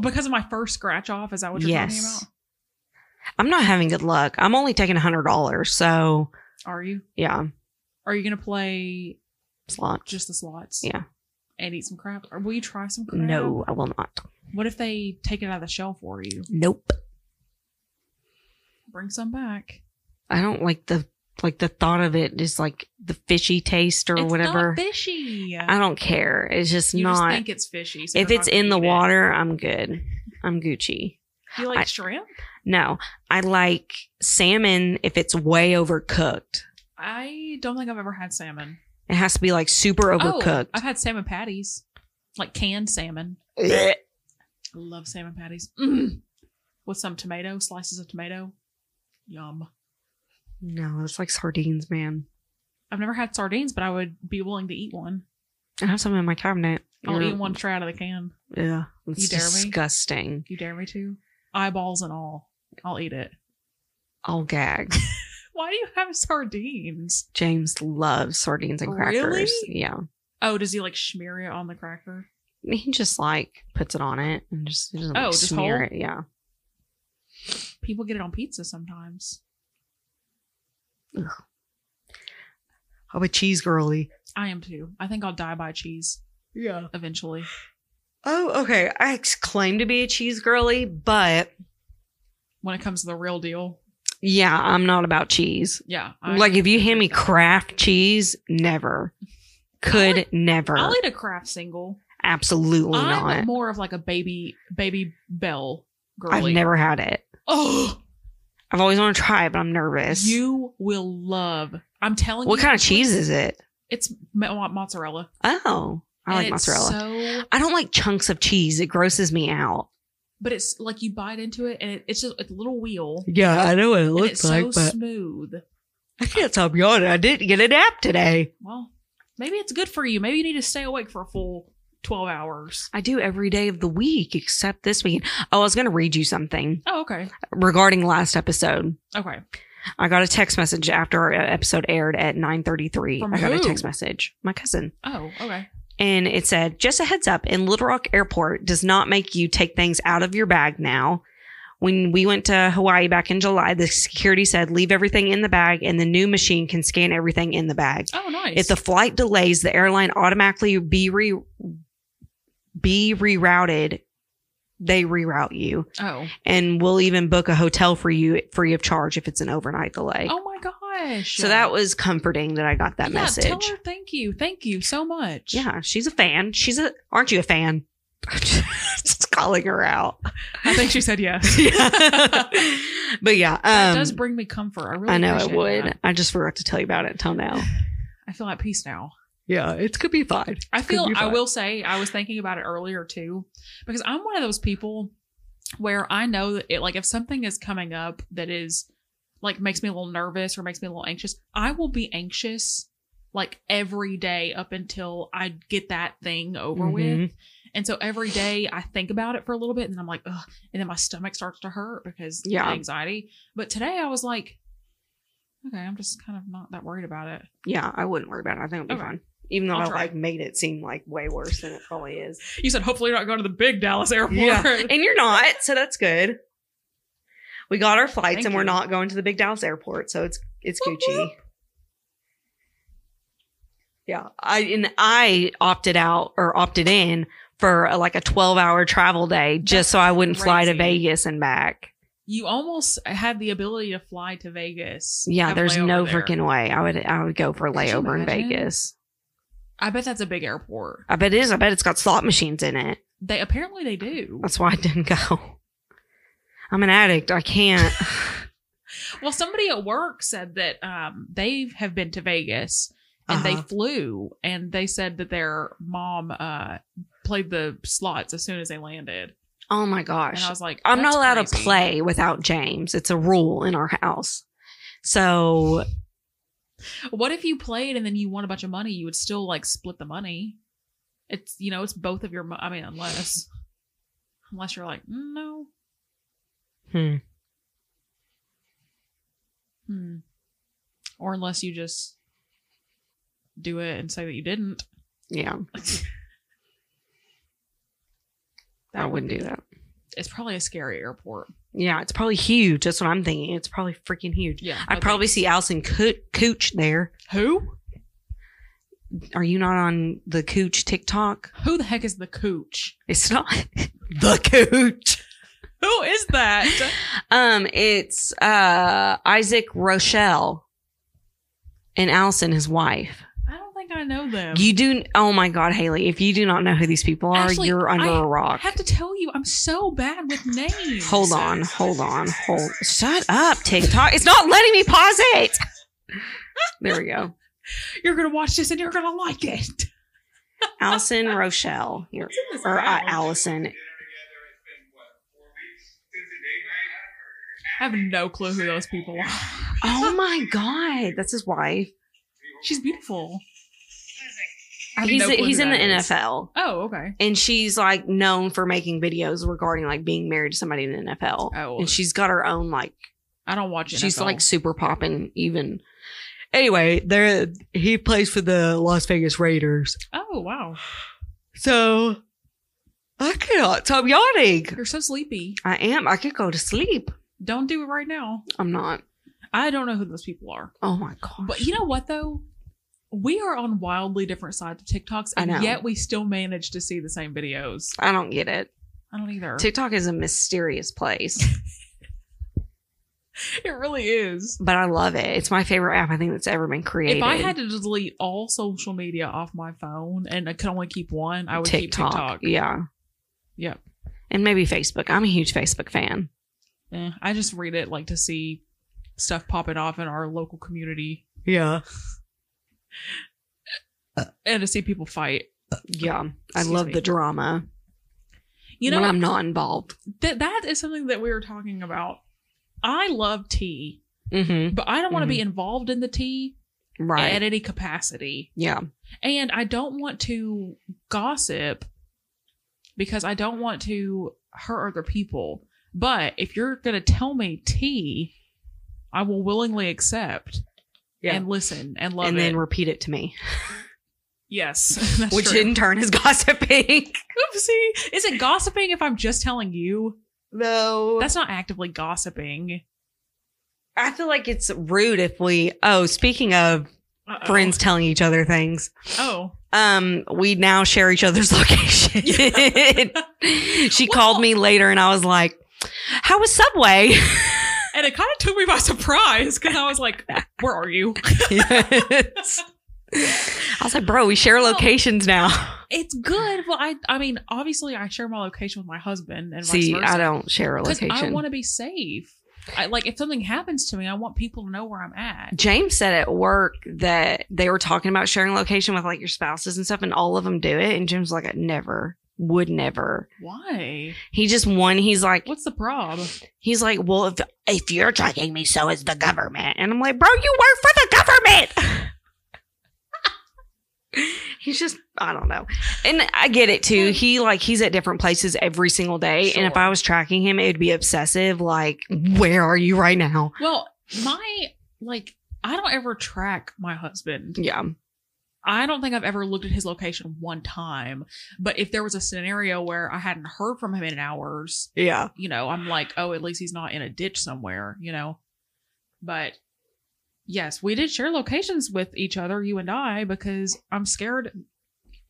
Because of my first scratch off? Is that what you're yes talking i'm not having good luck i'm only taking a hundred dollars so about? Are you? yeah Are you going to play slot just the slots? Yeah. And eat some crab? Or will you try some crab? no i will not What if they take it out of the shell for you? nope Bring some back. i don't like the like the thought of it is like the fishy taste or it's whatever not fishy. I don't care. It's just you not. just think it's fishy. so if you're it's not gonna in the eat it. water, I'm good. I'm Gucci. Do you like I- shrimp? No, I like salmon if it's way overcooked. I don't think I've ever had salmon. It has to be like super overcooked. Oh, I've had salmon patties, like canned salmon. Blech. I love salmon patties Mm. with some tomato, slices of tomato. Yum. no, it's like sardines, man. I've never had sardines, but I would be willing to eat one. I have some in my cabinet. I'll Yeah. eat one straight out of the can. Yeah, it's You dare me? disgusting. If you dare me to, eyeballs and all, I'll eat it. (laughs) I'll gag. Why do you have sardines? James loves sardines and Really? crackers. Yeah, Oh, does he like smear it on the cracker? he just like puts it on it and just, he doesn't Oh, like, just smear whole? it. Yeah, People get it on pizza sometimes. I'm a cheese girly. I am too. I think I'll die by cheese Yeah. eventually. Oh, okay. I ex- claim to be a cheese girly, but When it comes to the real deal, yeah, I'm not about cheese. yeah. I, like if you hand me craft cheese, never. Could never. I'll eat a craft single. Absolutely I'm not. more of like a baby baby bell girly. I've never had it. (gasps) Oh, I've always wanted to try it, but I'm nervous. you will love. I'm telling you. what kind of cheese is it? It's mo- mozzarella. Oh, I like And it's mozzarella. So, I don't like chunks of cheese. It grosses me out. but it's like you bite into it and it, it's just it's a little wheel. Yeah, I know what it and it's so smooth. I can't stop yawning. I didn't get a nap today. Well, maybe it's good for you. Maybe you need to stay awake for a full 12 hours. I do every day of the week except this weekend. Oh, I was going to read you something Oh, okay. regarding last episode. Okay. I got a text message after our episode aired at 9:33. From I got a who? text message, my cousin, Oh, okay. and it said, "Just a heads up, in Little Rock Airport does not make you take things out of your bag now." When we went to Hawaii back in July, the security said, "Leave everything in the bag and the new machine can scan everything in the bag." Oh, nice. If the flight delays, the airline automatically be re be rerouted. They reroute you, oh. and we'll even book a hotel for you free of charge if it's an overnight delay. Oh my gosh. so that was comforting that I got that Yeah, message. Tell her thank you. Thank you so much. Yeah, she's a fan. She's a. Aren't you a fan? (laughs) Just calling her out. (laughs) I think she said yes. but yeah, That um, does bring me comfort. I really I know it appreciate would. that. I just forgot to tell you about it until now. I feel at peace now. Yeah, it could be fine. I feel be I fun. will say I was thinking about it earlier too because I'm one of those people where I know that it like if something is coming up that is like makes me a little nervous or makes me a little anxious, I will be anxious like every day up until I get that thing over Mhm. with. And so every day I think about it for a little bit and I'm like, ugh, and then my stomach starts to hurt because Yeah. yeah. anxiety. But today I was like, okay, I'm just kind of not that worried about it. Yeah, I wouldn't worry about it. I think it'll be Okay. fine. Even though I'll I try. like made it seem like way worse than it probably is. (laughs) You said hopefully you're not going to the big Dallas airport. Yeah. (laughs) And you're not, so that's good. We got our flights Thank and we're you. not going to the big Dallas airport, so it's it's Whoop, Gucci. whoop. Yeah. I and I opted out or opted in for a, like a 12 hour travel day just That's so I wouldn't fly to crazy. Vegas and back. you almost had the ability to fly to Vegas. Yeah, have there's no layover there. freaking way. I would I would go for Could you layover in imagine? Vegas. I bet that's a big airport. I bet it is. I bet it's got slot machines in it. They apparently they do. That's why I didn't go. I'm an addict. I can't. Well, somebody at work said that um, they have been to Vegas (laughs) and they Uh-huh. flew, and they said that their mom uh, played the slots as soon as they landed. oh my And gosh. I was like, I'm not that's allowed to crazy. play without James. It's a rule in our house. So What if you played and then you won a bunch of money? You would still like split the money. It's you know, it's both of your. Mo- I mean, unless unless you're like "Mm, no. Hmm. Hmm. Or unless you just do it and say that you didn't. yeah, I would- wouldn't do that. It's probably a scary airport. Yeah, it's probably huge. That's what I'm thinking. It's probably freaking huge. Yeah, I probably see Allison Co- Cooch there. who Are you not on the Cooch TikTok? who the heck is the cooch? It's (laughs) not the Cooch. Who is that? Um, it's uh Isaac Rochelle and Allison, his wife. (laughs) I don't think I know them. You do. Oh my God, Haley! If you do not know who these people are, Ashley, you're under I a I rock. have to tell you, I'm so bad with names. Hold on, hold on, hold. Shut up, TikTok. It's not letting me pause it. (laughs) There we go. You're gonna watch this and you're gonna like it. Allison Rochelle, you're, This or uh, owl. Allison. I have no clue who those people are. Oh my God, that's his wife. She's beautiful. I have He's no clue he's who in the that is. NFL. Oh, okay. and she's like known for making videos regarding like being married to somebody in the NFL. Oh. and she's got her own like I don't watch it. she's like super popping even. Anyway, there he plays for the Las Vegas Raiders. oh wow, So I cannot stop yawning. you're so sleepy. I am. I could go to sleep. Don't do it right now. I'm not. I don't know who those people are. Oh my gosh. But you know what though? We are on wildly different sides of TikToks, I and know. yet we still manage to see the same videos. I don't get it. I don't either. TikTok is a mysterious place, it really is. but I love it. It's my favorite app I think that's ever been created. If I had to delete all social media off my phone and I could only keep one, I would keep TikTok. Yeah. Yep. And maybe Facebook. I'm a huge Facebook fan. Eh, I just read it like to see stuff popping off in our local community Yeah. (laughs) and to see people fight. Yeah. I Excuse love me. the drama. You know, when I'm not involved. th- that is something that we were talking about. I love tea, Mm-hmm. but I don't want to be involved in the tea Right. at any capacity. yeah. And I don't want to gossip because I don't want to hurt other people. But if you're going to tell me tea, I will willingly accept Yeah. and listen and love and it. then repeat it to me, yes. (laughs) that's which true. in turn is (laughs) gossiping. Oopsie. Is it gossiping if I'm just telling you? No. That's not actively gossiping. I feel like it's rude if we, oh, speaking of Uh-oh. friends telling each other things, Oh. um, we now share each (laughs) other's (laughs) location. she called me later and I was like, how was (laughs) Subway? And it kind of took me by surprise because I was like, where are (laughs) you? (laughs) yes. I was like, bro, we share Well, locations now. It's good. Well, I I mean, obviously, I share my location with my husband and See, vice I versa. don't share a Because location. I want to be safe. I, like, if something happens to me, I want people to know where I'm at. James said at work that they were talking about sharing location with like your spouses and stuff, and all of them do it. And Jim's like, I never would never. Why? He just one. He's like, What's the problem? he's like, well, if if you're tracking me, so is the government. And I'm like, bro, you work for the government. (laughs) he's just, I don't know. And I get it too. He like he's at different places every single day, and if Sure. I was tracking him, it would be obsessive. Like, where are you right now? Well, my, like, I don't ever track my husband. Yeah, I don't think I've ever looked at his location one time. But if there was a scenario where I hadn't heard from him in hours, yeah. you know, I'm like, oh, at least he's not in a ditch somewhere, you know. But yes, we did share locations with each other, you and I, because I'm scared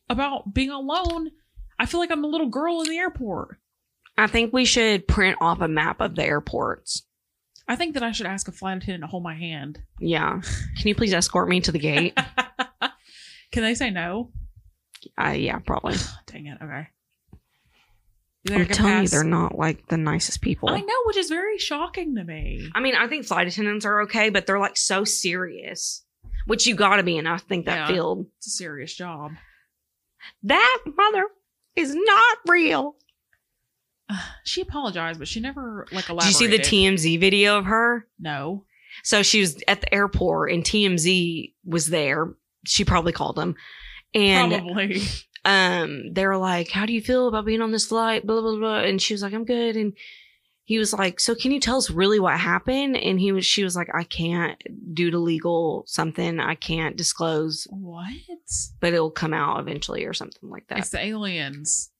about being alone. I feel like I'm a little girl in the airport. I think we should print off a map of the airports. I think that I should ask a flight attendant to hold my hand. (laughs) Yeah. Can you please escort me to the gate? Can they say no? uh, yeah, probably. Dang it. Okay. I'm telling you, they're not. not like the nicest people. I I, know, which is very shocking to me. mean, I think flight attendants are okay, but they're like so serious, which you gotta be in, I think, that Yeah. field. It's a serious job. That mother is not real. She apologized, but she never like Did you elaborated. see the TMZ video of her? No. So she was at the airport and TMZ was there. She probably called them. And probably. um, they were like, "How do you feel about being on this flight?" Blah blah blah, and she was like, "I'm good." And he was like, "So can you tell us really what happened?" And he was, she was like, "I can't due to legal something. I can't disclose, What? but it'll come out eventually or something like that." It's the aliens.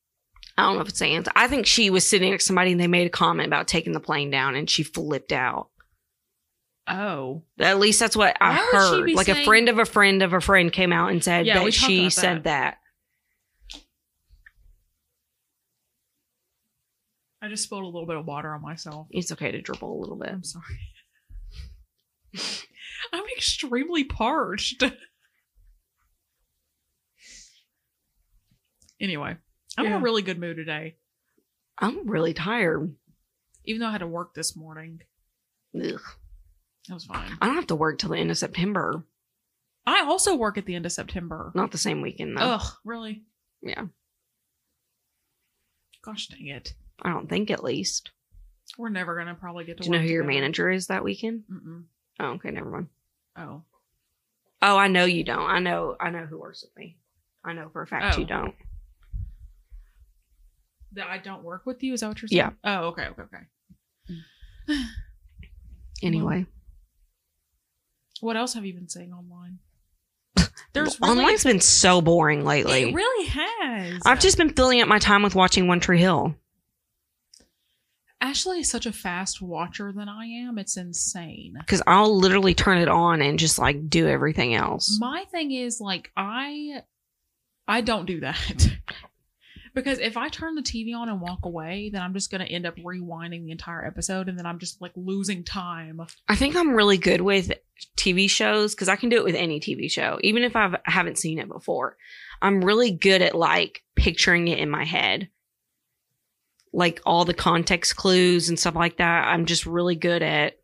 I don't know if it's Anne's. I think she was sitting next to somebody and they made a comment about taking the plane down, and she flipped out. Oh. At least that's what I Why would she heard. be Like a saying- friend of a friend of a friend came out and said Yeah, we that talked she about said that. I just spilled a little bit of water on myself. It's okay to dribble a little bit. I'm sorry. I'm extremely parched. anyway, I'm in Yeah. a really good mood today, I'm really tired. even though I had to work this morning. Ugh. It was fine. I don't have to work till the end of September. I also work at the end of September. Not the same weekend though. Ugh, really? Mm-hmm. Yeah. Gosh dang it. I don't think at least. We're never gonna probably get to. Do you know work who your together. Oh, manager is that weekend? Mm-mm. Oh, okay, never mind. Oh, Oh, I know you don't. I know. I know who works with me. I know for a fact Oh. you don't. That I don't work with you? Is that what you're Yeah. saying? Yeah. Oh, okay, okay, okay. Anyway, What else have you been saying online? There's (laughs) There's really, online's been so boring lately. It really has. I've just been filling up my time with watching One Tree Hill. Ashley is such a fast watcher than I am. It's insane. because I'll literally turn it on and just like do everything else. My thing is like I I don't do that. (laughs) because if I turn the TV on and walk away, then I'm just going to end up rewinding the entire episode and then I'm just like losing time. I think I'm really good with TV shows because I can do it with any TV show, even if I've, I haven't seen it before. I'm really good at like picturing it in my head, like all the context clues and stuff like that. I'm just really good at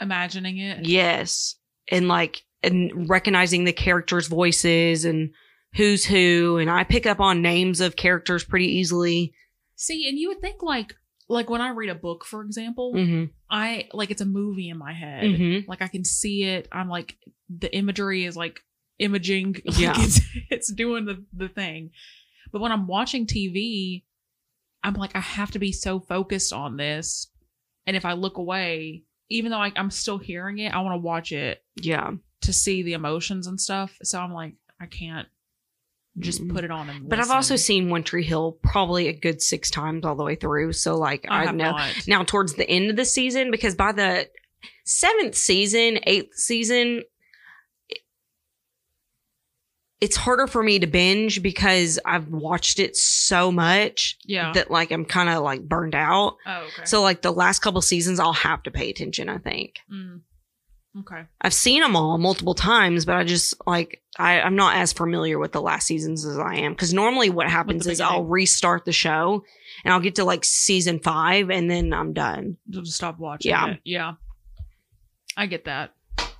Imagining it. yes, and like and recognizing the characters' voices and who's who, and I pick up on names of characters pretty easily. See, and you would think like like when I read a book, for example, hmm I like it's a movie in my head. hmm Like I can see it. I'm like the imagery is like imaging. (laughs) Like Yeah. it's, it's doing the, the thing. But when I'm watching TV, I'm like, I have to be so focused on this. And if I look away, even though I, I'm still hearing it, I want to watch it Yeah, to see the emotions and stuff. So I'm like, I can't just Mhm. put it on. And But I've also listen. seen One Tree Hill probably a good six times all the way through. So like I, have know not. now towards the end of the season because by the seventh season, eighth season, it- it's harder for me to binge because I've watched it so much Yeah. that like I'm kind of like burned out. oh, okay. So like the last couple seasons, I'll have to pay attention. I think Mm. Okay. I've seen them all multiple times, but I just like I, I'm not as familiar with the last seasons as I am because normally what happens is I'll beginning. restart the show and I'll get to like season five and then I'm done. You'll just stop watching. Yeah. it. Yeah. I get that.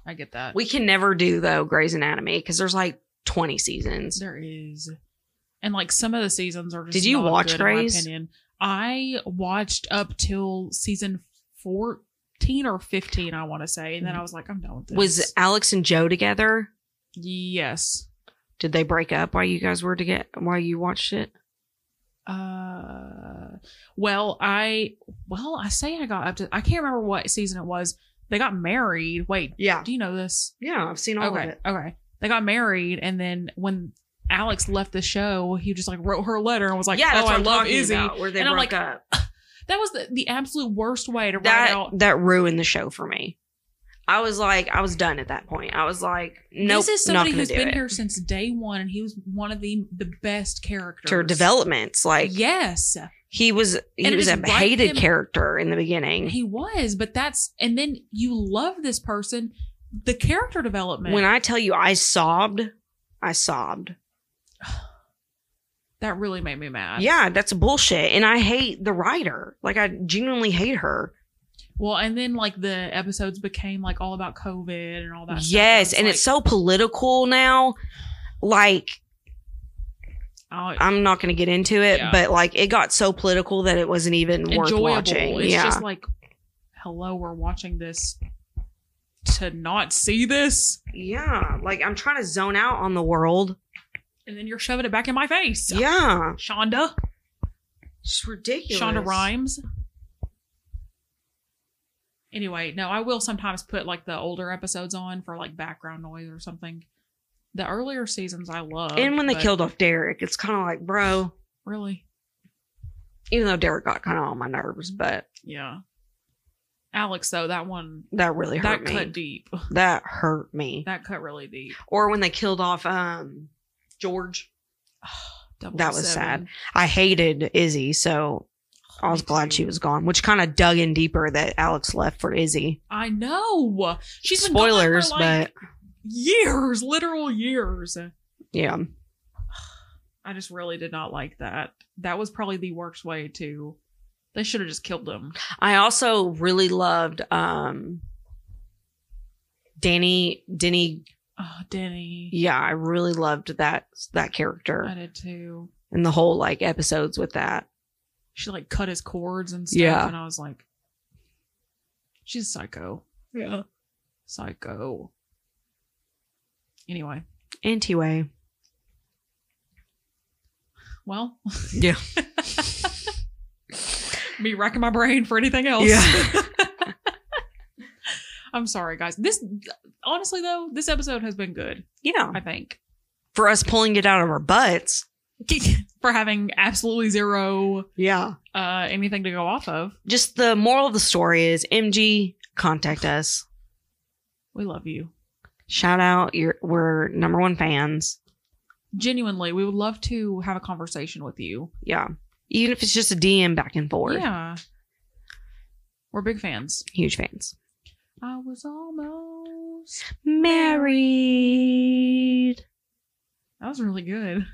I get that. We can never do though Grey's Anatomy because there's like 20 seasons. There is, and like some of the seasons are. just Did you not watch good, in my Grey's? opinion. I watched up till season fourteen or fifteen, I want to say, and then I was like, I'm done with this. Mm-hmm. Was Alex and Joe together? yes. Did they break up while you guys were to get while you watched it? Uh, well, I well, I say I got up to. I can't remember what season it was. They got married. Wait, Yeah, do you know this? yeah, I've seen all okay, of it. okay. They got married, and then when Alex left the show, he just like wrote her a letter and was like, yeah, "Oh, I love Izzy." where they And I'm like, broke up. That was the, the absolute worst way to write that out. that ruined the show for me. I was like, I was done at that point. I was like, no, this is somebody not gonna who's do been it. here since day one, and he was one of the the best characters. to developments. Like yes, he was, he And it was is a right hated him- character in the beginning. he was. But that's and then you love this person. The character development when I tell you, I sobbed, I sobbed. that really made me mad. yeah, that's bullshit, and I hate the writer. Like I genuinely hate her. Well, and then like the episodes became like all about COVID and all that. yes, stuff. and it's so political now. Like like, oh, I'm not going to get into it, Yeah. but like it got so political that it wasn't even oh, enjoyable. worth watching. It's yeah, just like, hello, we're watching this to not see this. Yeah, like I'm trying to zone out on the world. and then you're shoving it back in my face. Yeah, Shonda. it's ridiculous. Shonda Rhimes. Anyway, no, I will sometimes put like the older episodes on for like background noise or something. The earlier seasons I love. And when they killed off Derek, it's kind of like, bro. Really? Even though Derek got kind of on my nerves, but Yeah. Alex, though, that one, that really that hurt me. cut deep. that hurt me. That cut really deep. Or when they killed off um George, Double That was seven. I hated Izzy, so I was glad she was gone, which kind of dug in deeper that Alex left for Izzy. I know. She's been gone for, Spoilers, like, years, literal years. but yeah, I just really did not like that. That was probably the worst way to. They should have just killed him. I also really loved um Danny Denny Oh, Denny. yeah, I really loved that that I character did too. and the whole like episodes with that. She like cut his cords and stuff, Yeah. and I was like, she's psycho. Yeah, psycho. Anyway, Anyway. well, (laughs) Yeah. me racking my brain for anything else. Yeah. (laughs) I'm sorry, guys. This honestly though, this episode has been good. Yeah. I think (laughs) For us pulling it out of our butts. for having absolutely zero Yeah. uh anything to go off of. Just the moral of the story is MG, contact us. We love you Shout out. You're, we're number one fans. genuinely. We would love to have a conversation with you. Yeah. Even if it's just a DM back and forth. Yeah, we're big fans. Huge fans. I was almost. Married. That was really good.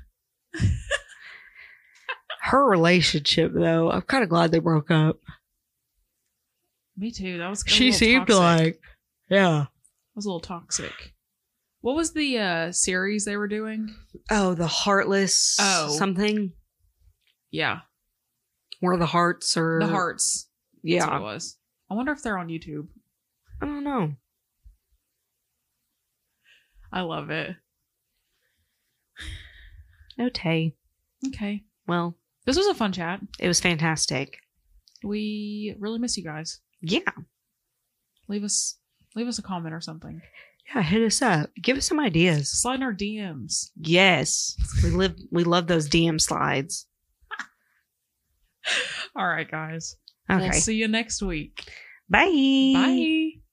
Her relationship, though, I'm kind of glad they broke up. Me too. That was. a She little seemed toxic. like, yeah. was a little toxic. What was the uh series they were doing? Oh, the heartless Oh. something Yeah, where the hearts are. The Hearts. That's what it Yeah. was. I wonder if they're on YouTube. I don't know. I love it. Okay. Okay, Well, this was a fun chat. it was fantastic. We really miss you guys. Yeah. Leave us leave us a comment or something. Yeah. Hit us up. Give us some ideas. Slide in our DMs. Yes. We live, we love those DM slides. All right, guys. Okay. We'll see you next week. Bye. Bye.